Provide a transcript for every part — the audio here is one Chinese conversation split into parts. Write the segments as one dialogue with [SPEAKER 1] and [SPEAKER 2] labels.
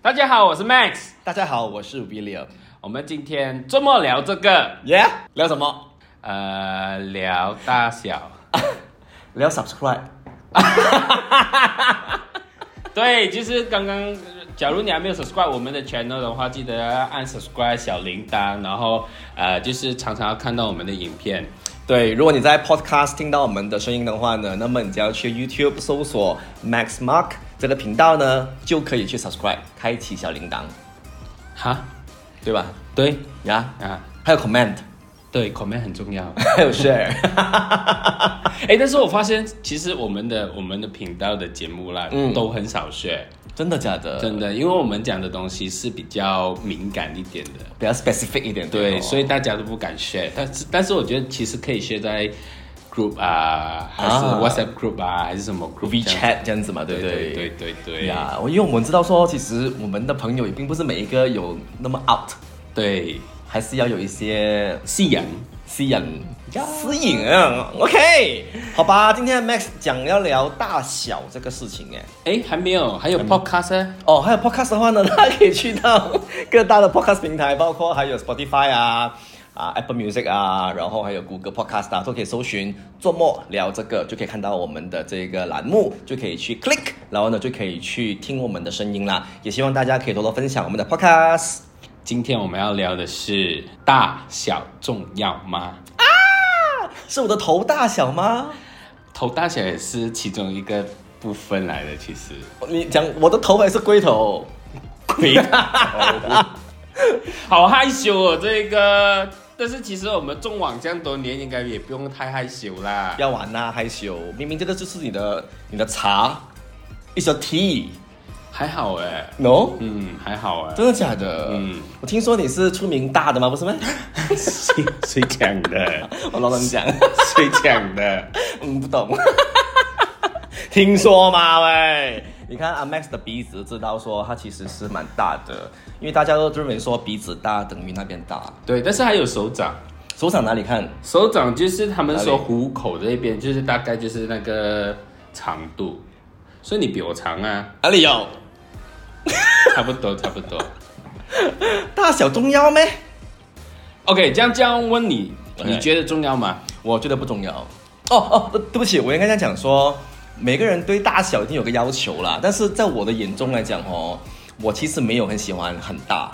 [SPEAKER 1] 大家好，我是 Max。
[SPEAKER 2] 大家好，我是 William。
[SPEAKER 1] 我们今天周末聊这个，
[SPEAKER 2] Yeah，聊什么？
[SPEAKER 1] 呃，聊大小。
[SPEAKER 2] 聊 subscribe。
[SPEAKER 1] 对，就是刚刚，呃假如你还没有 subscribe 我们的 channel 的话，记得要按 subscribe 小铃铛，然后呃，就是常常要看到我们的影片。
[SPEAKER 2] 对，如果你在 podcast 听到我们的声音的话呢，那么你只要去 YouTube 搜索 Max Mark 这个频道呢，就可以去 subscribe，开启小铃铛，
[SPEAKER 1] 哈，
[SPEAKER 2] 对吧？
[SPEAKER 1] 对
[SPEAKER 2] 呀、
[SPEAKER 1] 啊，
[SPEAKER 2] 还有 comment，
[SPEAKER 1] 对，comment 很重要。
[SPEAKER 2] 还有 share。
[SPEAKER 1] 哎，但是我发现其实我们的我们的频道的节目啦，
[SPEAKER 2] 嗯
[SPEAKER 1] 都很少 share，
[SPEAKER 2] 真的假的？
[SPEAKER 1] 真的，因为我们讲的东西是比较敏感一点的。
[SPEAKER 2] 比较 specific 一点。哦
[SPEAKER 1] 对，所
[SPEAKER 2] 以
[SPEAKER 1] 以大家都不敢 share，但是但是我觉得其实可以 share 在 group 啊，还是
[SPEAKER 2] 啊
[SPEAKER 1] WhatsApp group 啊，还是什么 group 这样
[SPEAKER 2] WeChat 这样子嘛，对
[SPEAKER 1] 对
[SPEAKER 2] 不
[SPEAKER 1] 对
[SPEAKER 2] 对？
[SPEAKER 1] 对对对
[SPEAKER 2] 呀，我因为我们知道说，其实我们的朋友也并不是每一个有那么 out，
[SPEAKER 1] 对，
[SPEAKER 2] 还是要有一些
[SPEAKER 1] 夕阳
[SPEAKER 2] 吸引，吸引，OK，好吧，今天 Max 讲要聊大小这个事情哎，
[SPEAKER 1] 哎还没有，还有 podcast 啊
[SPEAKER 2] 哦，还有 Podcast 的话呢， 大家可以去到各大的 Podcast 平台，包括还有 Spotify 啊。啊，Apple Music 啊，然后还有谷歌 Podcast 啊，都可以搜寻“做梦聊这个”，就可以看到我们的这个栏目，就可以去 click，然后呢就可以去听我们的声音啦。也希望大家可以多多分享我们的 Podcast。
[SPEAKER 1] 今天我们要聊的是大小重要吗？
[SPEAKER 2] 是我的头大小吗？
[SPEAKER 1] 头大小也是其中一个部分来的，其实。
[SPEAKER 2] 你讲我的头还是龟头？
[SPEAKER 1] 没好害羞哦，这个。但是其实我们中网这样多年，应该也不用太害羞啦。
[SPEAKER 2] 要玩呐、害羞。明明这个就是你的你的茶，it's your tea，no？
[SPEAKER 1] 还好哎、嗯，还好哎、
[SPEAKER 2] 真的假的？
[SPEAKER 1] 嗯，
[SPEAKER 2] 我听说你是出名大的吗？不是 吗？
[SPEAKER 1] 谁谁讲的？
[SPEAKER 2] 我老乱 讲，
[SPEAKER 1] 谁讲的？
[SPEAKER 2] 嗯，不懂。听说嘛喂，你看阿 Max 的鼻子，知道说他其实是蛮大的，因为大家都认为说鼻子大等于那边大。
[SPEAKER 1] 对，但是还有手掌，
[SPEAKER 2] 手掌哪里看？
[SPEAKER 1] 手掌就是他们说
[SPEAKER 2] 哪里
[SPEAKER 1] 虎口这边，就是大概就是那个长度， 所以你比我长啊，
[SPEAKER 2] 哪里有？
[SPEAKER 1] 差不多，差不多。
[SPEAKER 2] 大小重要咩？
[SPEAKER 1] OK，这样这样问你，
[SPEAKER 2] OK
[SPEAKER 1] 你觉得重要吗？
[SPEAKER 2] 我觉得不重要。哦哦，对对不起，我应该这样讲说，每个人对大小一定有个要求啦。但是在我的眼中来讲哦，我其实没有很喜欢很大，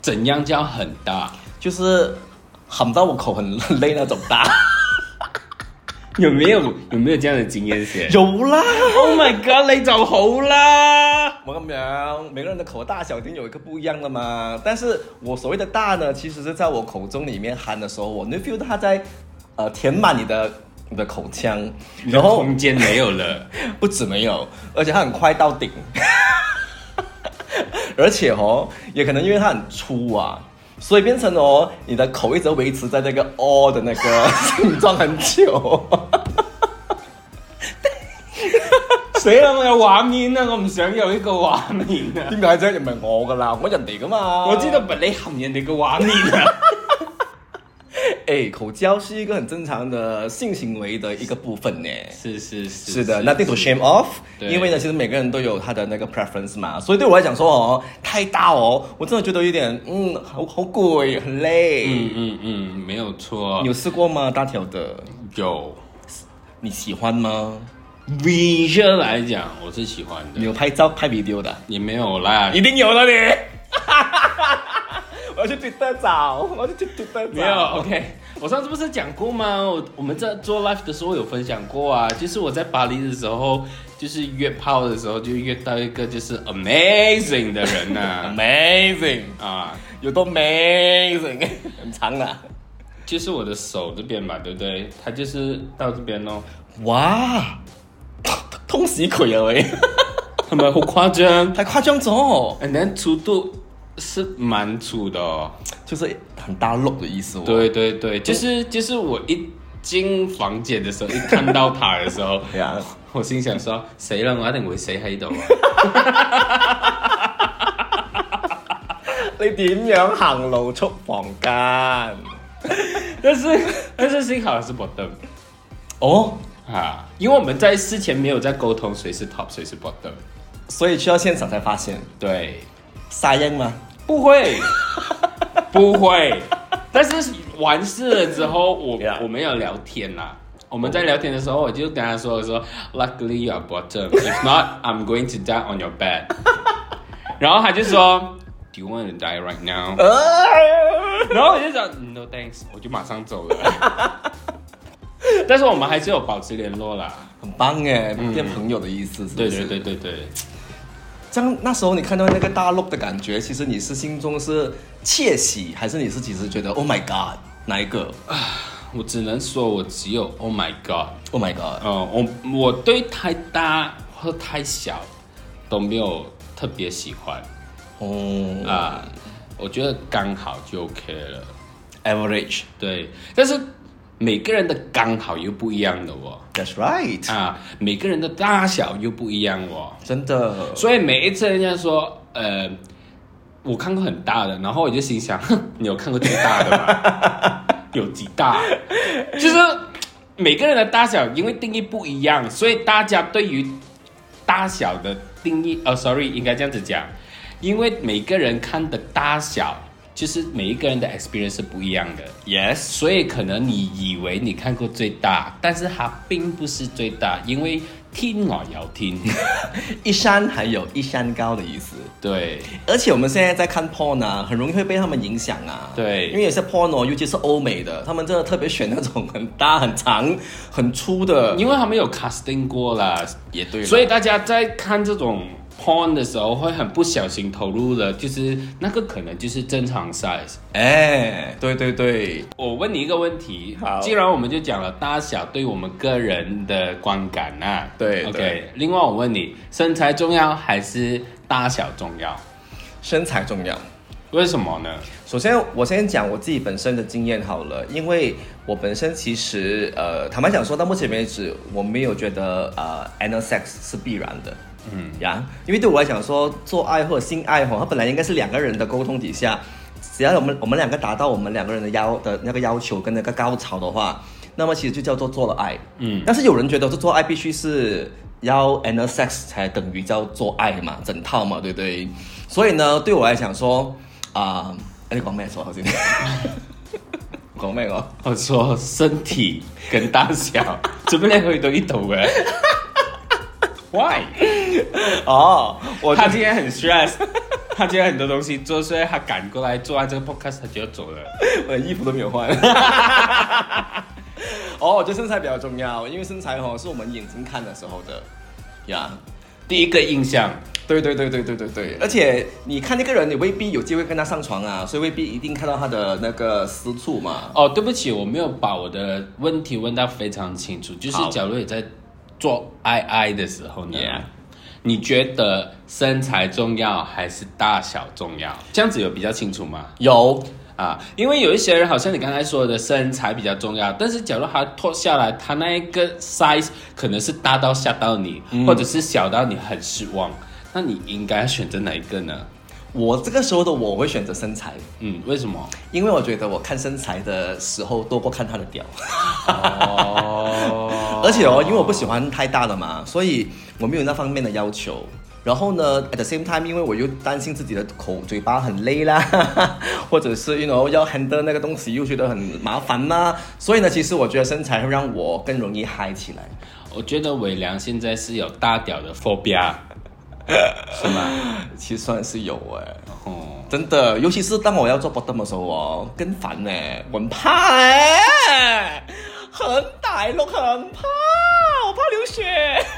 [SPEAKER 1] 怎样叫很大？
[SPEAKER 2] 就是喊到我口很很累那种大。
[SPEAKER 1] 有没有有没有这样的经验先
[SPEAKER 2] 有啦，
[SPEAKER 1] ？Oh my god，你就好啦。
[SPEAKER 2] 我咁样，每个人的口大小一定有一个不一样的嘛。但是我所谓的大呢，其实是在我口中里面喊的时候，我能 feel 到它在呃填满你的你的口腔，然
[SPEAKER 1] 然后
[SPEAKER 2] 后
[SPEAKER 1] 空间没有了，
[SPEAKER 2] 不止没有，而且它很快到顶， 而且哦，也可能因为它很粗啊，所以变成哦，你的口一直维持在那个 O 的那个 形状很 久。
[SPEAKER 1] 死啦！我有畫面啦，我唔想有呢個畫面啊！
[SPEAKER 2] 點解啫？又唔係我噶啦，我人哋噶嘛。
[SPEAKER 1] 我知道，你含人哋嘅畫面啊！
[SPEAKER 2] 哎、口交是一个很正常的性行为的一个部分呢。
[SPEAKER 1] 是是是
[SPEAKER 2] 是的，nothing to shame off。
[SPEAKER 1] 对
[SPEAKER 2] 因为呢，其实每个人都有他的那个 preference 嘛，所以对我来讲说哦，太大哦，我真的觉得有点嗯，好好鬼，很累。
[SPEAKER 1] 嗯嗯嗯，没有错
[SPEAKER 2] 你。有试过吗？大条的，
[SPEAKER 1] 有
[SPEAKER 2] 你喜欢吗？
[SPEAKER 1] visual 来讲，我是喜欢
[SPEAKER 2] 你
[SPEAKER 1] 的。
[SPEAKER 2] 有拍照拍 video 的？
[SPEAKER 1] 也没有啦，
[SPEAKER 2] 定有了你！我要去 Twitter 找，我要去 Twitter 找。
[SPEAKER 1] 没有。OK，我上次不是讲过吗？我我们在做 live 的时候有分享过啊，就是我在巴黎的时候，就是约炮的时候就约到一个就是 amazing 的人 呐、
[SPEAKER 2] Amazing，
[SPEAKER 1] 啊。
[SPEAKER 2] 有多 amazing，很 长啊。
[SPEAKER 1] 就是我的手这边嘛，对不对？他就是到这边咯，
[SPEAKER 2] 哇，通死佢啊喂！，
[SPEAKER 1] 他们好夸张
[SPEAKER 2] 太夸张咗，
[SPEAKER 1] And then 粗度是蛮粗的哦。
[SPEAKER 2] 就是很大陆的意思哦。
[SPEAKER 1] 对对对，就是就是我一进房间的时候，一看到他的时候，
[SPEAKER 2] 呀，
[SPEAKER 1] 我心想说：死啦，我一定會死喺度啊！
[SPEAKER 2] 你點樣行路出房間？
[SPEAKER 1] 但是但是幸好是 bottom
[SPEAKER 2] 哦，
[SPEAKER 1] 啊，因为我们在事前没有在沟通谁是 top 谁是 bottom。
[SPEAKER 2] 所以去到现场才发现，
[SPEAKER 1] 对，
[SPEAKER 2] 沙烟吗？
[SPEAKER 1] 不 会，不会。但是完事了之后，我
[SPEAKER 2] Yeah. Oh
[SPEAKER 1] 我们要聊天啦。我们在聊天的时候，我就跟他说：“我说，Luckily you are bottom. If not, I'm going to die on your bed。”然后他就说：“Do you want to die right now？”
[SPEAKER 2] 哎呃，
[SPEAKER 1] 然后我就讲 No thanks，我就马上走了。 但是我们还是有保持联络啦。
[SPEAKER 2] 很棒哎，变朋友的意思是不
[SPEAKER 1] 对
[SPEAKER 2] 是？
[SPEAKER 1] 对对。对对，
[SPEAKER 2] 这样那时候你看到那个大陆的感觉，其实你是心中是窃喜，还是你是其实觉得 Oh my God 哪一个
[SPEAKER 1] 我只能说我只有 Oh my God。
[SPEAKER 2] ？Oh my God，
[SPEAKER 1] 呃，我我对太大或太小都没有特别喜欢
[SPEAKER 2] 哦、
[SPEAKER 1] 啊、我觉得刚好就 OK 了。
[SPEAKER 2] a v e r a g e
[SPEAKER 1] 对，但是每个人的刚好又不一样的哦，
[SPEAKER 2] That's right，、
[SPEAKER 1] 啊，每个人的大小又不一样哦。
[SPEAKER 2] 真的，
[SPEAKER 1] 所以每一次人家说，呃，我看过很大的，然后我就心想， 哼，你有看过最大的吗？有几大？就是每个人的大小因为定义不一样，所以大家对于大小的定义，呃，sorry，应该这样子讲，因为每个人看的大小，就是每一个人的 experience 是不一样的。
[SPEAKER 2] Yes，
[SPEAKER 1] 所以可能你以为你看过最大，但是它并不是最大，因为天外有天。
[SPEAKER 2] 一山还有一山高的意思。
[SPEAKER 1] 对，
[SPEAKER 2] 而且我们现在在看 porn 啊，很容易会被他们影响啊。
[SPEAKER 1] 对
[SPEAKER 2] 因为有些 porn 哦，尤其是欧美的，他们真的特别选那种很大、很长、很粗的。
[SPEAKER 1] 因为他们有 casting 过啦，
[SPEAKER 2] 也对啦，
[SPEAKER 1] 所以大家在看这种 porn 的时候，会很不小心投入了，就是那个可能就是正常 size。
[SPEAKER 2] 哎，对对对，
[SPEAKER 1] 我问你一个问题
[SPEAKER 2] 好，
[SPEAKER 1] 既然我们就讲了大小对我们个人的观感啊，
[SPEAKER 2] 对对
[SPEAKER 1] ，OK。另外我问你，身材重要还是大小重要？
[SPEAKER 2] 身材重要。
[SPEAKER 1] 为什么呢？
[SPEAKER 2] 首先，我先讲我自己本身的经验好了，因为我本身其实呃，坦白讲说，到目前为止，我没有觉得呃，anal sex 是必然的。嗯呀，因为对我来讲说，做爱或者性爱哈，它本来应该是两个人的沟通底下，只要我们我们两个达到我们两个人的要的那个要求跟那个高潮的话，那么其实就叫做做了爱。
[SPEAKER 1] 嗯
[SPEAKER 2] 但是有人觉得这做爱必须是要 anal sex 才等于叫做爱嘛，整套嘛，对不对？所以呢，对我来讲说，啊、你講咩咗頭先？ 講咩我？
[SPEAKER 1] 我说身体跟大 小，怎么两回都一头哎？Why？
[SPEAKER 2] 哦，我
[SPEAKER 1] 他今天很 stress，他 今天很多东西做，所以他赶过来做完这个 podcast，他就要走了。
[SPEAKER 2] 我的呃衣服都没有换。 哦，我觉得身材比较重要，因为身材哦是我们眼睛看的时候的呀。
[SPEAKER 1] 第一个印象，
[SPEAKER 2] 对对对对对对对，而且你看那个人，你未必有机会跟他上床啊，所以未必一定看到他的那个私处嘛。
[SPEAKER 1] 哦，对不起，我没有把我的问题问到非常清楚，就是
[SPEAKER 2] 好
[SPEAKER 1] 假如你在做 II 的时候呢
[SPEAKER 2] Yeah
[SPEAKER 1] 你觉得身材重要还是大小重要？这样子有比较清楚吗？
[SPEAKER 2] 有
[SPEAKER 1] 啊，因为有一些人好像你刚才说的身材比较重要，但是假如他脱下来，他那一个 size 可能是大到吓到你，
[SPEAKER 2] 嗯
[SPEAKER 1] 或者是小到你很失望，那你应该选择哪一个呢？
[SPEAKER 2] 我这个时候的我会选择身材，
[SPEAKER 1] 嗯，为什么？
[SPEAKER 2] 因为我觉得我看身材的时候多过看他的屌。
[SPEAKER 1] 哦，
[SPEAKER 2] 而且哦，因为我不喜欢太大的嘛，所以我没有那方面的要求。然后呢，at the same time，因为我又担心自己的口嘴巴很累啦， 或者是 you know 要 handle 那个东西又觉得很麻烦啦，所以呢，其实我觉得身材会让我更容易嗨起来。
[SPEAKER 1] 我觉得伟良现在是有大屌的 phobia，是吗？
[SPEAKER 2] 其实算是有哎，
[SPEAKER 1] 哦，
[SPEAKER 2] 真的，尤其是当我要做 bottom 的时候哦，更烦呢，我很怕哎，很大陆很怕，我怕流血。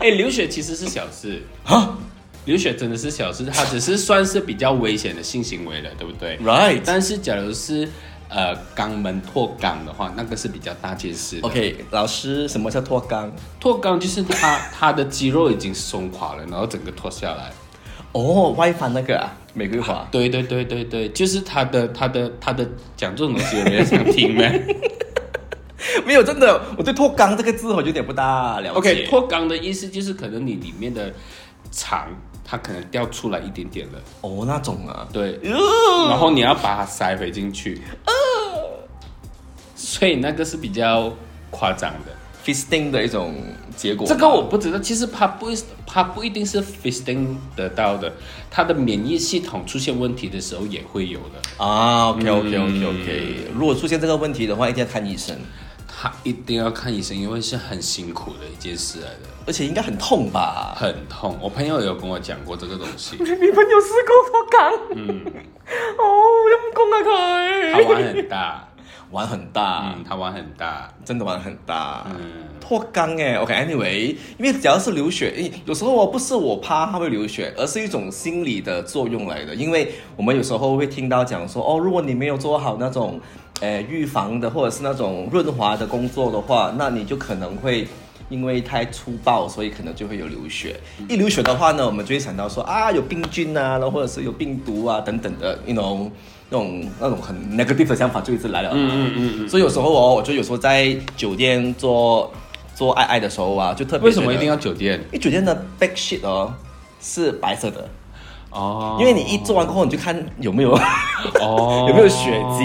[SPEAKER 1] 哎，流血其实是小事，
[SPEAKER 2] 啊
[SPEAKER 1] 流血真的是小事，它只是算是比较危险的性行为了，对不对？
[SPEAKER 2] ，right。
[SPEAKER 1] 但是假如是呃肛门脱肛的话，那个是比较大件事的。
[SPEAKER 2] OK，老师，什么叫脱肛？
[SPEAKER 1] 脱肛就是他他的肌肉已经松垮了，然后整个脱下来。
[SPEAKER 2] 哦，外翻那个啊，玫瑰花。
[SPEAKER 1] 对对对对对，就是他的他的他的讲这种东西，有人想听吗
[SPEAKER 2] 没有，真的，我对脱肛这个字我有点不大了解。
[SPEAKER 1] ？OK，脱肛的意思就是可能你里面的肠它可能掉出来一点点了，
[SPEAKER 2] 哦那种啊，
[SPEAKER 1] 对，
[SPEAKER 2] 呃
[SPEAKER 1] 然后你要把它塞呃回进去，所以那个是比较夸张的。
[SPEAKER 2] fisting 的一种结果吧。
[SPEAKER 1] 这个我不知道，其实它不它不一定是 fisting 得到的，它的免疫系统出现问题的时候也会有的，
[SPEAKER 2] 啊，OK OK OK OK，、如果出现这个问题的话，一定要看医生，
[SPEAKER 1] 它一定要看医生，因为是很辛苦的一件事来的，
[SPEAKER 2] 而且应该很痛吧？
[SPEAKER 1] 很痛。我朋友有跟我讲过这个东西，
[SPEAKER 2] 你朋友試過我緊，嗯， 哦陰公 啊
[SPEAKER 1] 他
[SPEAKER 2] 佢，
[SPEAKER 1] 玩很 大，
[SPEAKER 2] 玩很大，
[SPEAKER 1] 嗯，他玩很大，
[SPEAKER 2] 真的玩很大。
[SPEAKER 1] 嗯，
[SPEAKER 2] 脱肛哎，OK，Anyway，、因为只要是流血，因有时候哦不是我怕它会流血，而是一种心理的作用来的。因为我们有时候会听到讲说，哦，如果你没有做好那种，呃，预防的或者是那种润滑的工作的话，那你就可能会。因为太粗暴，所以可能就会有流血。一流血的话呢，我们就会想到说啊，有病菌啊，然后或者是有病毒啊等等的，you know，那种那种很 negative 的想法就一直来了。嗯
[SPEAKER 1] 嗯嗯嗯，
[SPEAKER 2] 所以有时候哦，我就有时候在酒店做做爱爱的时候啊，就特别
[SPEAKER 1] 为什么一定
[SPEAKER 2] 要？
[SPEAKER 1] 要酒店？
[SPEAKER 2] 因为酒店的 bed sheet 哦是白色的，
[SPEAKER 1] 哦，
[SPEAKER 2] 因为你一做完过后，你就看有没有、
[SPEAKER 1] 哦
[SPEAKER 2] 有没有血迹，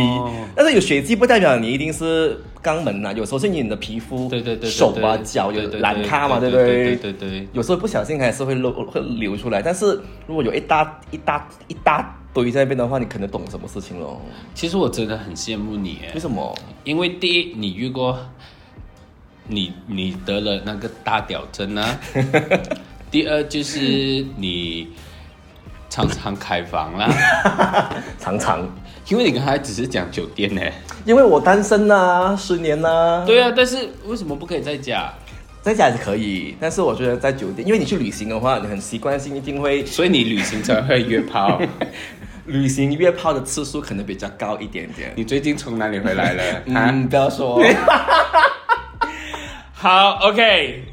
[SPEAKER 2] 但是有血迹不代表你一定是肛门啊呐、有时候是你的皮肤、
[SPEAKER 1] 对对对对，
[SPEAKER 2] 手啊
[SPEAKER 1] 对
[SPEAKER 2] 脚有
[SPEAKER 1] 对对
[SPEAKER 2] 懒咖嘛，对
[SPEAKER 1] 对
[SPEAKER 2] 不
[SPEAKER 1] 对对对对
[SPEAKER 2] 有时候不小心还是会漏会流出来，但是如果有一大一大一大堆在那边的话，你可能懂什么事情喽？
[SPEAKER 1] 其实我真的很羡慕你耶
[SPEAKER 2] 为，什么？
[SPEAKER 1] 因为第一，你遇过，你你得了那个大屌针 啊；第二就是你常常开房 啦，
[SPEAKER 2] 常常。
[SPEAKER 1] 因为你刚才只是讲酒店呢。
[SPEAKER 2] 因为我单身呐、十年呐、
[SPEAKER 1] 对啊，但是为什么不可以在家？
[SPEAKER 2] 在家也是可以，但是我觉得在酒店，因为你去旅行的话，你很习惯性一定会
[SPEAKER 1] 所以你旅行才会约 炮。
[SPEAKER 2] 旅行约炮的次数可能比较高一点点。
[SPEAKER 1] 你最近从哪里回来了？啊，
[SPEAKER 2] 嗯，不要说，
[SPEAKER 1] 好，OK。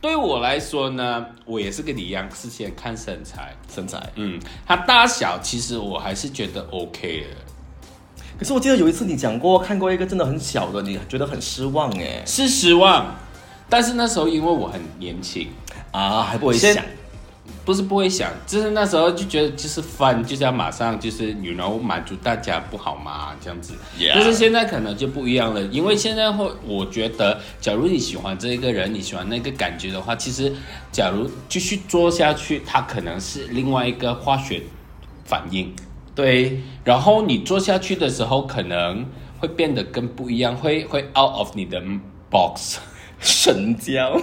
[SPEAKER 1] 对我来说呢，我也是跟你一样，是先看身材。
[SPEAKER 2] 身材。
[SPEAKER 1] 嗯，它大小其实我还是觉得 OK 的。
[SPEAKER 2] 可是我记得有一次你讲过，看过一个真的很小的，你觉得很失望哎
[SPEAKER 1] 是失望，但是那时候因为我很年轻，
[SPEAKER 2] 啊，还不会
[SPEAKER 1] 先
[SPEAKER 2] 想
[SPEAKER 1] 不是不会想，就是那时候就觉得就是 fun，就是要马上就是你 you know 满足大家不好吗？这样子
[SPEAKER 2] Yeah
[SPEAKER 1] 但是现在可能就不一样了，因为现在会我觉得，假如你喜欢这一个人，你喜欢那个感觉的话，其实假如继续做下去，它可能是另外一个化学反应，
[SPEAKER 2] 对，
[SPEAKER 1] 然后你做下去的时候，可能会变得更不一样，会会 out of 你的 box。
[SPEAKER 2] 神交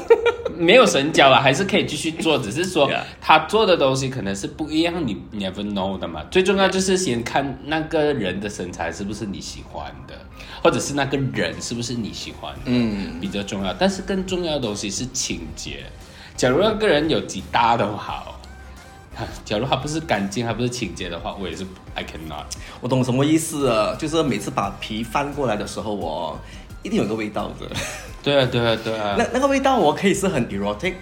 [SPEAKER 1] 没有神交了，啊还是可以继续做，只是说
[SPEAKER 2] Yeah.
[SPEAKER 1] 他做的东西可能是不一样，你 never know 的嘛。最重要就是先看那个人的身材是不是你喜欢的，或者是那个人是不是你喜欢的，嗯，比较重要。但是更重要的东西是情节。假如那个人有几大都好， 假如他不是干净，他不是情节的话，我也是 I cannot。
[SPEAKER 2] 我懂什么意思了，就是每次把皮翻过来的时候，我一定有个味道的。
[SPEAKER 1] 对啊，对啊，对啊
[SPEAKER 2] 那。那个味道，我可以是很 erotic，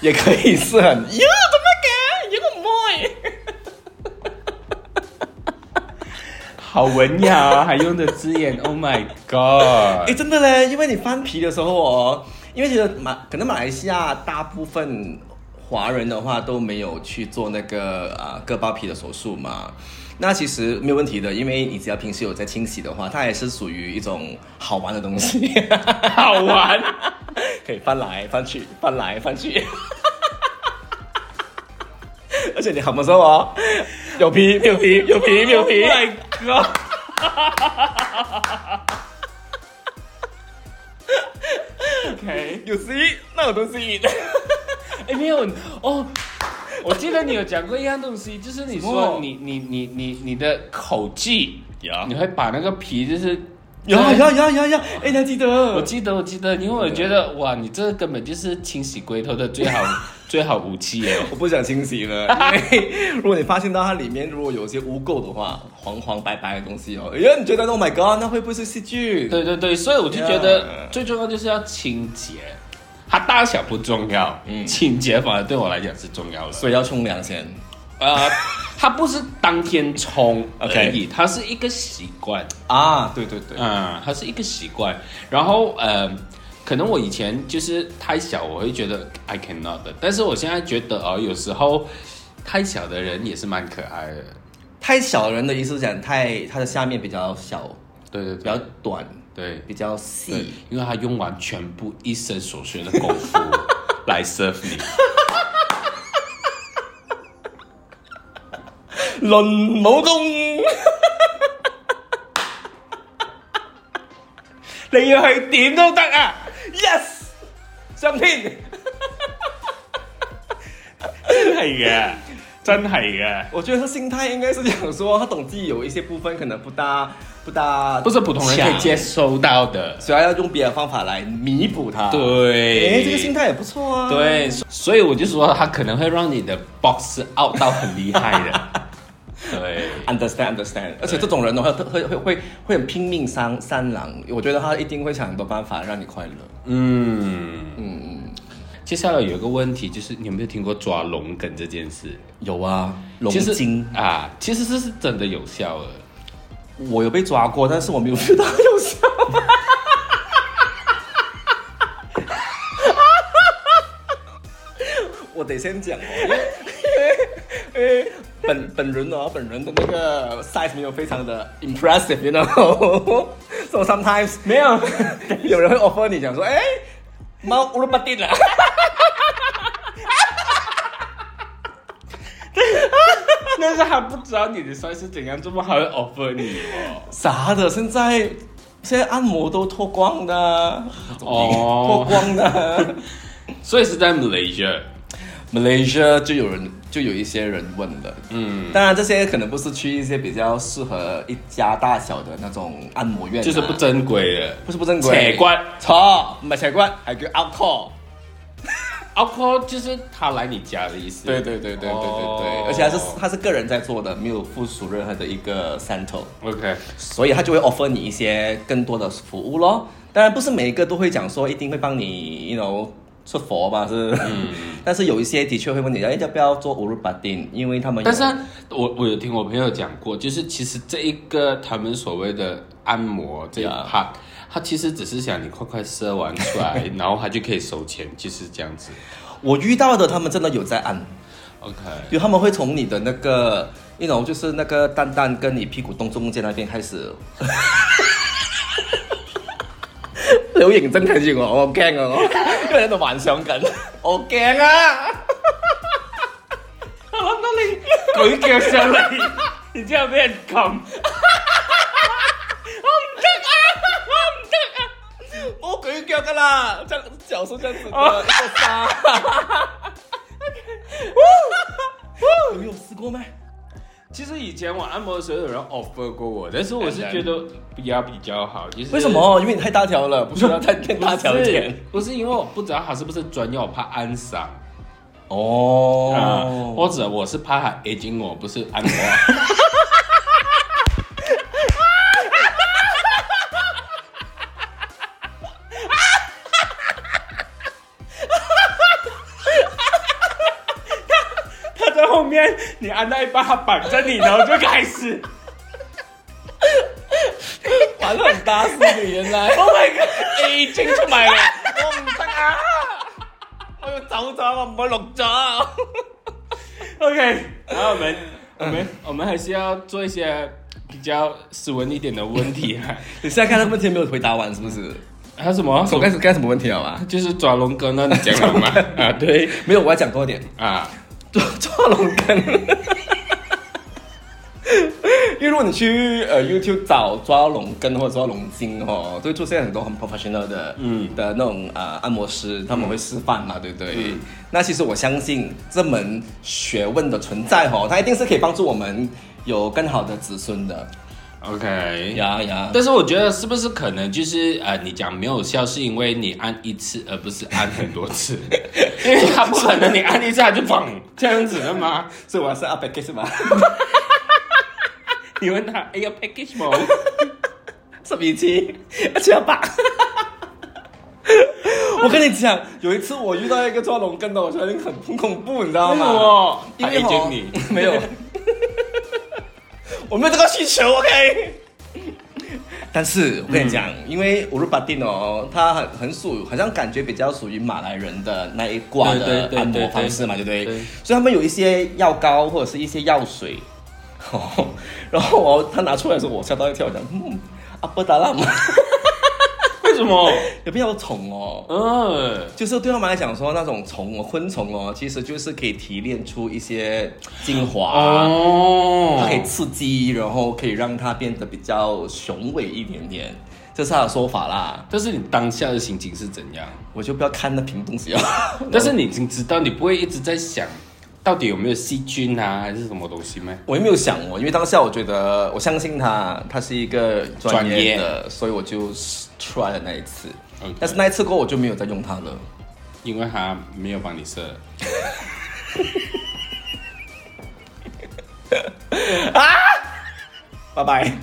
[SPEAKER 2] 也可以是很 哟，怎么搞？有个哎 boy，
[SPEAKER 1] 好文雅啊，还用的字眼，Oh my
[SPEAKER 2] 哎、
[SPEAKER 1] God！
[SPEAKER 2] 真的嘞，因为你翻皮的时候哦，因为觉得马可能马来西亚大部分华人的话都没有去做那个啊割包皮的手术嘛。那其实没有问题的，因为你只要平时有在清洗的话，它也是属于一种好玩的东西，
[SPEAKER 1] 好玩。
[SPEAKER 2] 可以翻来翻去，翻来翻去。 而且你很不错哦，有皮没有皮，有皮没有皮。
[SPEAKER 1] my god！OK，
[SPEAKER 2] 有谁那种东西？
[SPEAKER 1] 哎、没有哦，我记得你有讲过一样东西，就是你
[SPEAKER 2] 什
[SPEAKER 1] 说
[SPEAKER 2] 么
[SPEAKER 1] 你你你你你的口技
[SPEAKER 2] 呀
[SPEAKER 1] 你会把那个皮就是
[SPEAKER 2] 有
[SPEAKER 1] 对
[SPEAKER 2] 有有有有，哎，你还记
[SPEAKER 1] 我
[SPEAKER 2] 得？
[SPEAKER 1] 记得我记得，因为我觉得哇，你这根本就是清洗龟头的最好 最好武器耶！
[SPEAKER 2] 我不想清洗 了，因为如果你发现到它里面如果有一些污垢的话，黄黄白白的东西哦，哎呀，你觉得 Oh my God，那会不会是细菌？
[SPEAKER 1] 对对对，所以我就觉得
[SPEAKER 2] Yeah
[SPEAKER 1] 最重要就是要清洁，它大小不重要，
[SPEAKER 2] 嗯
[SPEAKER 1] 清洁反而对我来讲是重要的。
[SPEAKER 2] 所以要冲凉先。
[SPEAKER 1] 呃，它不是当天冲
[SPEAKER 2] OK
[SPEAKER 1] 而已它是一个习惯，
[SPEAKER 2] 啊，对对对，
[SPEAKER 1] 嗯，它是一个习惯。然后呃，可能我以前就是太小，我会觉得 I cannot 的，但是我现在觉得哦，有时候太小的人也是蛮可爱的。
[SPEAKER 2] 太小的人的意思是讲太它的下面比较小，
[SPEAKER 1] 对对
[SPEAKER 2] 比
[SPEAKER 1] 对，
[SPEAKER 2] 较短，
[SPEAKER 1] 对
[SPEAKER 2] 比较
[SPEAKER 1] 对
[SPEAKER 2] 细。，
[SPEAKER 1] 因为他用完全部一生所学的功夫来 serve 你。
[SPEAKER 2] 论武功，你要去點都得啊！Yes，上天，
[SPEAKER 1] 真係嘅，真係嘅，
[SPEAKER 2] 我觉得他心态应该是想说，他懂自己有一些部分可能不搭不搭，
[SPEAKER 1] 不是普通人可以接，收到的。
[SPEAKER 2] 所以要用别的方法来弥补他。，
[SPEAKER 1] 对，
[SPEAKER 2] 哎，这个心态也不错啊。，
[SPEAKER 1] 对，所所以我就说他可能会让你的 box out 到很厉害 的。对，
[SPEAKER 2] Understand, understand。而且这种人的话，会会会会很拼命三三郎，我觉得他一定会想很多办法让你快乐。
[SPEAKER 1] 嗯嗯。接下来有一个问题，就是你有没有听过抓龙梗这件事？
[SPEAKER 2] 有啊，龙
[SPEAKER 1] 其实
[SPEAKER 2] 筋，
[SPEAKER 1] 啊，其实这是真的有效的。
[SPEAKER 2] 我有被抓过，但是我没有知道有效。 我得先讲哦，因为因为因为本本人哦，本人的那个 size 没有非常的 impressive，you know，so sometimes 没 有有人会 offer 你讲说，哎，猫乌鲁巴定了。
[SPEAKER 1] 但是他不知道你的 size 是怎样，这么好的 offer 你哦。
[SPEAKER 2] 啥的，现在现在按摩都脱光的啊，脱
[SPEAKER 1] 哦，
[SPEAKER 2] 光的啊。
[SPEAKER 1] 所以是在 Malaysia。
[SPEAKER 2] Malaysia 就有人就有一些人问了，
[SPEAKER 1] 嗯，
[SPEAKER 2] 当然这些可能不是去一些比较适合一家大小的那种按摩院啊、
[SPEAKER 1] 就是不正规的。
[SPEAKER 2] 不是不正规，
[SPEAKER 1] 邪骨
[SPEAKER 2] 错，唔係邪骨，係叫 alcohol。
[SPEAKER 1] alcohol 哦就是他来你家的意思。
[SPEAKER 2] 对对对对对对对，
[SPEAKER 1] 哦
[SPEAKER 2] 而且他是他是个人在做的，没有附属任何的一个 center。
[SPEAKER 1] OK，
[SPEAKER 2] 所以他就会 offer 你一些更多的服务咯。当然不是每一个都会讲说一定会帮你，you know 出佛嘛是， 但是有一些的确会问你，哎要不要做乌鲁巴丁，因为他们有
[SPEAKER 1] 但是啊我我有听我朋友讲过，就是其实这一个他们所谓的按摩这一
[SPEAKER 2] Yeah.
[SPEAKER 1] part，他其实只是想你快快射完出 来，然后他就可以收钱，就是这样子。
[SPEAKER 2] 我遇到的他们真的有在按，
[SPEAKER 1] OK，
[SPEAKER 2] 就他们会从你的那个，you know 就是那个蛋蛋跟你屁股洞中间那边开始。 留認真睇住我，我驚啊！我因為喺度幻想緊，我驚啊！我諗到你
[SPEAKER 1] 鬼叫上嚟，然之後俾人撳。
[SPEAKER 2] 我舉腳噶啦，這樣腳是這樣子的，一個沙。 你没有试过咩？
[SPEAKER 1] 其实以前我按摩的时候有人 offer 过我，但是我是
[SPEAKER 2] 当
[SPEAKER 1] 觉
[SPEAKER 2] 然
[SPEAKER 1] 得不要比较好，就是
[SPEAKER 2] 为什么？因为你太大条 了，不需要太变
[SPEAKER 1] 不
[SPEAKER 2] 大条一
[SPEAKER 1] 是
[SPEAKER 2] 点。
[SPEAKER 1] 不是因为我不知道他是不是专业，我怕按伤。啊，
[SPEAKER 2] 哦
[SPEAKER 1] 或者我是怕他 A 经我，不是按摩。啊 他在后面，你按到一半，他绑着你，然后就开 始。
[SPEAKER 2] 玩得很大 是你原来。
[SPEAKER 1] Oh my god！A 经出嚟啦，
[SPEAKER 2] 我唔得啊！
[SPEAKER 1] 哎
[SPEAKER 2] 我要走咗，我唔可以錄咗。
[SPEAKER 1] OK，然后我们我们我们还是要做一些比较斯文一点的问题啊。
[SPEAKER 2] 你现在看那个问题没有回答完，是不是？
[SPEAKER 1] 还有什么？
[SPEAKER 2] 我该是该什么问题了啊？
[SPEAKER 1] 就是抓龙哥那你讲好吗？啊， 对
[SPEAKER 2] 没有，我要讲多一点。
[SPEAKER 1] 啊，
[SPEAKER 2] 抓抓龙根。因为如果你去呃 YouTube 找抓龙根或者抓龙筋哦，都会出现很多很 professional 的，
[SPEAKER 1] 嗯
[SPEAKER 2] 的那种呃按摩师，他们会示范嘛，对不对？那其实我相信这门学问的存在哦，它一定是可以帮助我们有更好的子孙的。
[SPEAKER 1] OK。
[SPEAKER 2] 呀呀，
[SPEAKER 1] 但是我觉得是不是可能就是呃，你讲没有效，是因为你按一次，而不是按很多 次，因为他不可能你按一次他就砰这样子的嘛。
[SPEAKER 2] 所以我要是 up a c k a g e 嘛，
[SPEAKER 1] 你问他哎要 package 吗？
[SPEAKER 2] 十 一七七幺八。 我跟你讲，有一次我遇到一个抓龙根的，我觉得很很恐怖，你知道
[SPEAKER 1] 哦 为什么？
[SPEAKER 2] 吗？因
[SPEAKER 1] 他
[SPEAKER 2] 为
[SPEAKER 1] A
[SPEAKER 2] 哦
[SPEAKER 1] 经你
[SPEAKER 2] 没有， 我没有这个需求，OK。但嗯是我跟你讲，因为乌鲁巴定哦，它很很属，好像感觉比较属于马来人的那一挂
[SPEAKER 1] 对
[SPEAKER 2] 的
[SPEAKER 1] 对对
[SPEAKER 2] 按摩
[SPEAKER 1] 对
[SPEAKER 2] 方式嘛，对不对
[SPEAKER 1] 对？
[SPEAKER 2] 所以他们有一些药膏或者是一些药水，哦 然后我他拿出来的时候，我吓到一跳，我讲，嗯，阿波达拉嘛。
[SPEAKER 1] 为什 么？
[SPEAKER 2] 有必要宠哦？
[SPEAKER 1] 嗯，
[SPEAKER 2] 就是对他们来讲说，那种虫哦、昆虫哦，其实就是可以提炼出一些精
[SPEAKER 1] 啊
[SPEAKER 2] 华，啊
[SPEAKER 1] 哦，
[SPEAKER 2] 它可以刺激，然后可以让它变得比较雄伟一点点，这是他的说法啦。
[SPEAKER 1] 但是你当下的心情是怎样？
[SPEAKER 2] 我就不要看那屏东西了。
[SPEAKER 1] 但是你已经知道，你不会一直在想，到底有没有细菌啊，还是什么东西吗？
[SPEAKER 2] 我也没有想哦，因为当下我觉得我相信他，他是一个专业
[SPEAKER 1] 专
[SPEAKER 2] 的，所以我就 try 了那一次。
[SPEAKER 1] OK
[SPEAKER 2] 但是那一次过后我就没有再用它了。
[SPEAKER 1] 因为他没有帮你射。
[SPEAKER 2] 拜拜。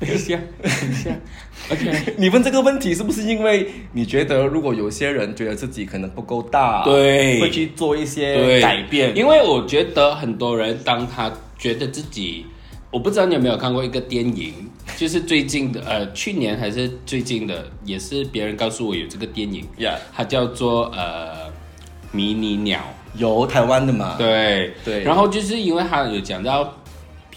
[SPEAKER 1] 等一 下，等一下，OK。
[SPEAKER 2] 你问这个问题是不是因为你觉得如果有些人觉得自己可能不够大，
[SPEAKER 1] 对
[SPEAKER 2] 会去做一些
[SPEAKER 1] 对，
[SPEAKER 2] 改变？
[SPEAKER 1] 因为我觉得很多人当他觉得自己，我不知道你有没有看过一个电影，就是最近的，呃，去年还是最近的，也是别人告诉我有这个电影，
[SPEAKER 2] 呀
[SPEAKER 1] 它叫做呃迷你鸟，
[SPEAKER 2] 有台湾的嘛，
[SPEAKER 1] 对
[SPEAKER 2] 啊对
[SPEAKER 1] 然后就是因为他有讲到。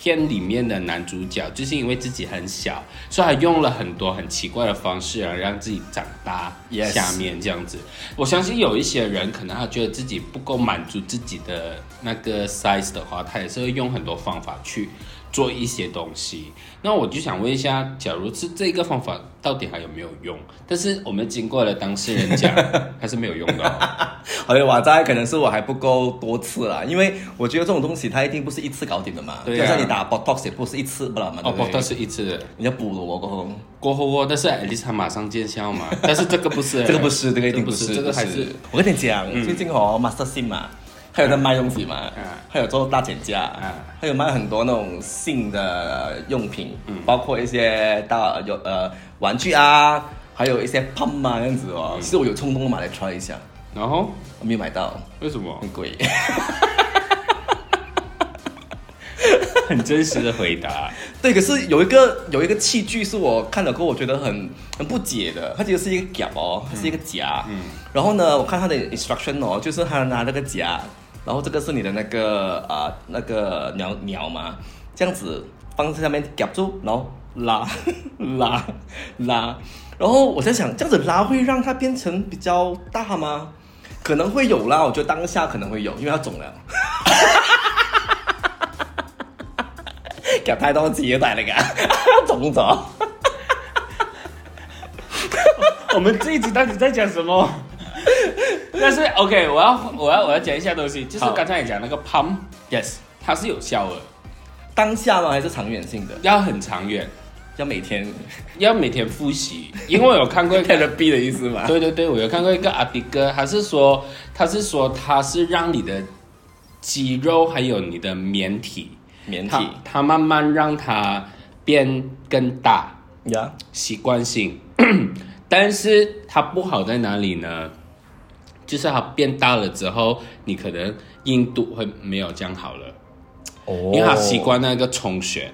[SPEAKER 1] 片里面的男主角就是因为自己很小，所以他用了很多很奇怪的方式啊，让自己长大
[SPEAKER 2] Yes
[SPEAKER 1] 下面这样子。我相信有一些人可能他觉得自己不够满足自己的那个 size 的话，他也是会用很多方法去做一些东西。那我就想问一下，假如是这个方法到底还有没有用？但是我们经过了当事人 讲，还是没有用的哦、
[SPEAKER 2] 好的，哇在可能是我还不够多次啦，因为我觉得这种东西它一定不是一次搞定的嘛，
[SPEAKER 1] 对啊
[SPEAKER 2] 就像你打 Botox 也不是一次不了嘛，对
[SPEAKER 1] 哦，不，
[SPEAKER 2] 不对
[SPEAKER 1] 都是一次的。
[SPEAKER 2] 你要补了我过后。
[SPEAKER 1] 过后哦，但是 at least 他马上见效 嘛。但是这个不是，
[SPEAKER 2] 这个不是，这个一定
[SPEAKER 1] 不
[SPEAKER 2] 是，
[SPEAKER 1] 啊这个还
[SPEAKER 2] 不
[SPEAKER 1] 是
[SPEAKER 2] 我跟你讲，最近哦，Master Sim 嘛，他有在卖东西嘛
[SPEAKER 1] 嗯，
[SPEAKER 2] 他有做大减价
[SPEAKER 1] 嗯，
[SPEAKER 2] 他有卖很多那种性的用品，
[SPEAKER 1] 嗯
[SPEAKER 2] 包括一些大有呃玩具啊，还有一些 pump 啊这样子
[SPEAKER 1] 嗯
[SPEAKER 2] 哦。其实我有冲动买来 try 一下，
[SPEAKER 1] 然后
[SPEAKER 2] 我没有买到，
[SPEAKER 1] 为什么
[SPEAKER 2] 很？贵。
[SPEAKER 1] 很真实的回答。
[SPEAKER 2] 对，可是有一个有一个器具是我看了过后我觉得很很不解的，它其实是一个夹哦，它是一个夹。嗯。然后呢，我看它的 instruction 哦，就是它拿那个夹，然后这个是你的那个啊、那个鸟鸟嘛，这样子放在下面夹住，然后拉 拉拉，然后我在想，这样子拉会让它变成比较大吗？可能会有啦，我觉得当下可能会有，因为它肿了。 夹太多次了，那个 肿咗。
[SPEAKER 1] 我们这一集到底在讲什么？ 但是 OK，我要我要我要讲一下东西，就是
[SPEAKER 2] 好
[SPEAKER 1] 刚才你讲那个 pump，
[SPEAKER 2] Yes。
[SPEAKER 1] 它是有效的，
[SPEAKER 2] 当下吗？还是长远性的？
[SPEAKER 1] 要很长远，
[SPEAKER 2] 要每天
[SPEAKER 1] 要每天复习，因为我有看过一 个
[SPEAKER 2] therapy 的意思吗？
[SPEAKER 1] 对对对，我有看过一个阿迪哥，他是说他是说他是让你的肌肉还有你的棉体，
[SPEAKER 2] 免
[SPEAKER 1] 它
[SPEAKER 2] 体
[SPEAKER 1] 它慢慢让它变更大，
[SPEAKER 2] 呀，
[SPEAKER 1] 习惯性。 但是它不好在哪里呢？就是它变大了之后，你可能硬度会没有这样好了，
[SPEAKER 2] 哦，
[SPEAKER 1] 因为它习惯那个充血。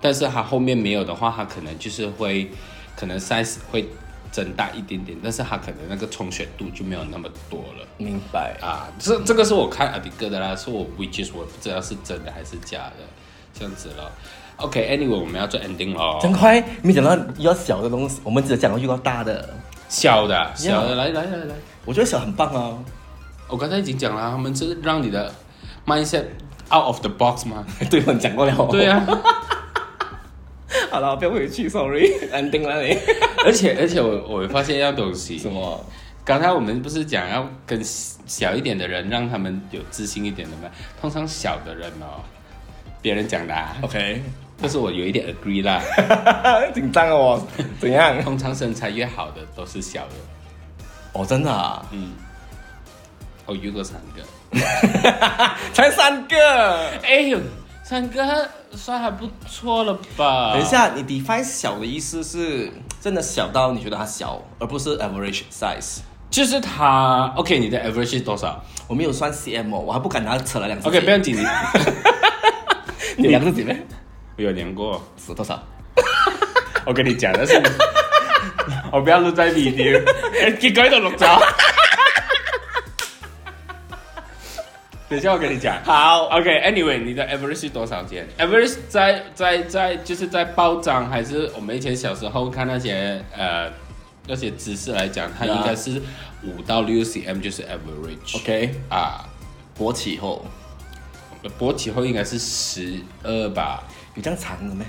[SPEAKER 1] 但是它后面没有的话，它可能就是会，可能 size 会增大一点点，但是它可能那个充血度就没有那么多了。
[SPEAKER 2] 明白。
[SPEAKER 1] 啊，这这个是我看阿迪哥的啦，是我 which is 我不知道是真的还是假的，这样子咯。OK，anyway，、我们要做 ending 咯。
[SPEAKER 2] 真快，没想到要小的东西，我们只讲到遇到大的。
[SPEAKER 1] 小的，
[SPEAKER 2] Yeah
[SPEAKER 1] 小的，来来来来，
[SPEAKER 2] 我觉得小很棒哦。
[SPEAKER 1] 我刚才已经讲了，他们是让你的 mindset out of the box 吗？
[SPEAKER 2] 对，我们讲过了。
[SPEAKER 1] 对，啊，
[SPEAKER 2] 好了，不要回去，sorry，安定了你。
[SPEAKER 1] 而且而且我我发现一样东西
[SPEAKER 2] 什，么？
[SPEAKER 1] 刚才我们不是讲要跟小一点的人，让他们有自信一点的吗？通常小的人哦，别人讲的、啊，
[SPEAKER 2] OK，
[SPEAKER 1] 但是我有一点 agree 啦，
[SPEAKER 2] 紧张哦，怎样？
[SPEAKER 1] 通常身材越好的都是小的。
[SPEAKER 2] 哦，真的啊，
[SPEAKER 1] 嗯，我遇过三哦个。
[SPEAKER 2] 才三个。
[SPEAKER 1] 哎呦，三个算还不错了吧？
[SPEAKER 2] 等一，下，你 define 小的意思是真的小到你觉得它小，而不是 average size。
[SPEAKER 1] 就是他。OK，你的 average 是多少
[SPEAKER 2] 我没有算 cm，哦我还不敢拿扯来量自己。
[SPEAKER 1] ？OK，不用紧，你
[SPEAKER 2] 你 量自己呗。
[SPEAKER 1] 我有量过。
[SPEAKER 2] 是多少？
[SPEAKER 1] 我跟你讲，但 是我不要录在哎 video，结果喺度录咗。等一下我跟你讲。
[SPEAKER 2] 好，
[SPEAKER 1] OK，Anyway，、你的 average 是多少间？average 在在在就是在报章还是我们以前小时候看那些呃那些知识来讲，它
[SPEAKER 2] Yeah
[SPEAKER 1] 应该是五到六 cm 就是 average。
[SPEAKER 2] OK，
[SPEAKER 1] 啊，
[SPEAKER 2] 勃起后
[SPEAKER 1] 勃起后应该是十二吧？
[SPEAKER 2] 有这样长的咩？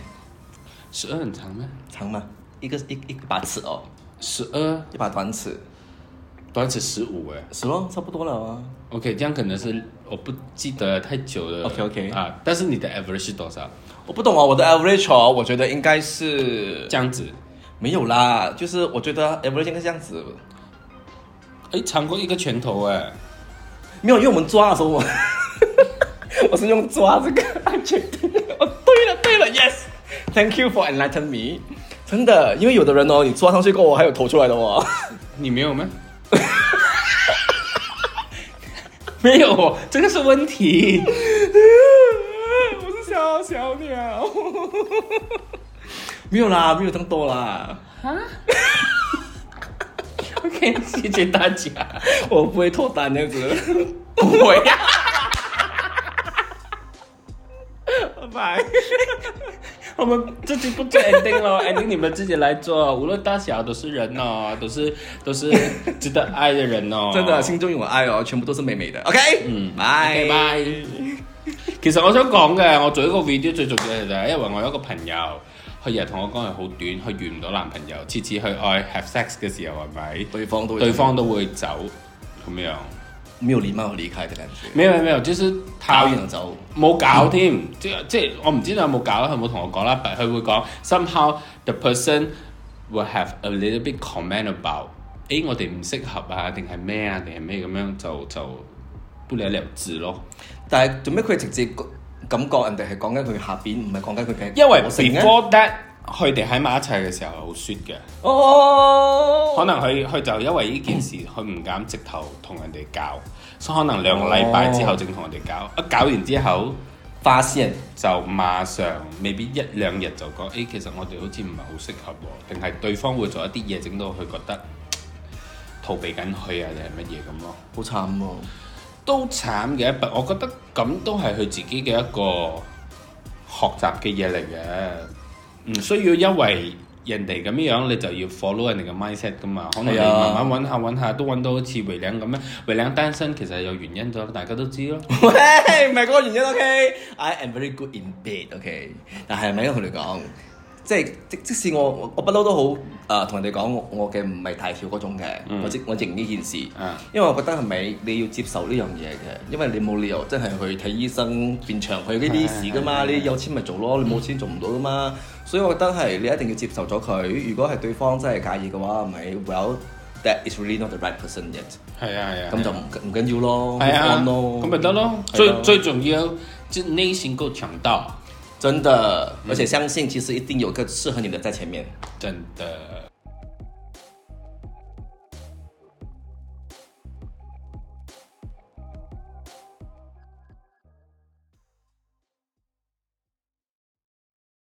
[SPEAKER 1] 十二很长吗？
[SPEAKER 2] 长吗？一个一一把尺哦，
[SPEAKER 1] 十二
[SPEAKER 2] 一把短尺，
[SPEAKER 1] 短尺十五哎。
[SPEAKER 2] 是咯，差不多了啊。
[SPEAKER 1] OK，这样可能是我不记得太久了。
[SPEAKER 2] OK，OK
[SPEAKER 1] 啊，但是你的 average 是多少？
[SPEAKER 2] 我不懂啊，我的 average 哦，我觉得应该是
[SPEAKER 1] 这样子，
[SPEAKER 2] 没有啦，就是我觉得 average 应该是这样子，
[SPEAKER 1] 哎，长过一个拳头哎。
[SPEAKER 2] 没有，因为我们抓的时候 我我是用抓这个安全垫。哦，对了对了，yes，thank you for enlighten me。真的，因为有的人哦，你抓上去过后还有头出来的哦。
[SPEAKER 1] 你没有吗？ 没有哦，这个是问题。
[SPEAKER 2] 我是小小鸟。 没有啦，没有这么多啦，
[SPEAKER 1] OK，谢 谢大家。
[SPEAKER 2] 我不会脱单那样子， 不会啊呀、拜拜。
[SPEAKER 1] 我们自己不做 ending 咯，ending 你们自己来做，无论大小都是人哦，都是都 是值得爱的人哦。
[SPEAKER 2] 真的，心中有爱哦，全部都是美美的。OK，嗯，拜
[SPEAKER 1] 拜拜。其實我想講嘅，我做一個 video 最重要嘅就係因為我有一個朋友，佢日日同我講係好短，佢遇唔到男朋友，次次去愛 have sex 嘅時候係咪？
[SPEAKER 2] 对方都
[SPEAKER 1] 對方都會走咁樣。
[SPEAKER 2] 没有礼貌地离开的感觉，
[SPEAKER 1] 沒有沒有，就是他
[SPEAKER 2] 高远走。
[SPEAKER 1] 冇搞添，即即係我唔知道有冇搞啦，佢冇同我講啦，但佢會講 somehow the person will have a little bit comment about，誒、我哋唔適合啊，定係咩啊，定係咩咁樣就就不了了之咯。
[SPEAKER 2] 但係做咩佢直接感覺人哋係講緊佢下邊，唔係講緊佢嘅
[SPEAKER 1] 因為
[SPEAKER 2] 我成咧
[SPEAKER 1] before that 佢哋喺埋一齊嘅時候係好 sweet 嘅，可
[SPEAKER 2] 哦，
[SPEAKER 1] 能佢佢就因為呢件事，佢唔敢直頭同人哋搞，所以可能兩個禮拜之後正同人哋搞，一搞完之後
[SPEAKER 2] 發現
[SPEAKER 1] 就馬上未必一兩日就講，誒、其實我哋好似唔係好適合喎，定係對方會做一啲嘢整到佢覺得嘖逃避緊佢啊，定係乜嘢咁咯？
[SPEAKER 2] 好慘喎，
[SPEAKER 1] 都慘嘅，但我覺得咁都係佢自己嘅一個學習嘅嘢嚟嘅，唔需要因為人哋咁樣你就要 follow 人哋嘅 mindset 噶嘛。可能你
[SPEAKER 2] 係啊
[SPEAKER 1] 慢慢揾下揾下都揾到好似維領咁樣，維領單身其實有原因咗，大家都知咯。
[SPEAKER 2] 喂，唔係嗰個原因，OK，I am very good in bed，OK，但係咪應該同你講？即係即即使我我我不嬲都好啊誒，同、人哋講我我嘅唔係太跳嗰種嘅，
[SPEAKER 1] 嗯
[SPEAKER 2] 我即我認呢件事，
[SPEAKER 1] 啊
[SPEAKER 2] 因為我覺得係咪你要接受呢樣嘢嘅？因為你冇理由真係去睇醫生變長去呢啲事噶嘛，你有錢咪做咯，
[SPEAKER 1] 嗯
[SPEAKER 2] 你冇錢做唔到噶嘛，所以我覺得係你一定要接受咗佢。如果係對方真係介意嘅話，係咪？Well, that is really not the right person yet，
[SPEAKER 1] 係啊係啊，
[SPEAKER 2] 咁就唔唔緊要咯，
[SPEAKER 1] 係啊，
[SPEAKER 2] move on 咯
[SPEAKER 1] 咁咪得咯。
[SPEAKER 2] 係
[SPEAKER 1] 最
[SPEAKER 2] 咯
[SPEAKER 1] 最重要就內心夠強大，
[SPEAKER 2] 真的，而且相信其实一定有个适合你的在前面。
[SPEAKER 1] 真的。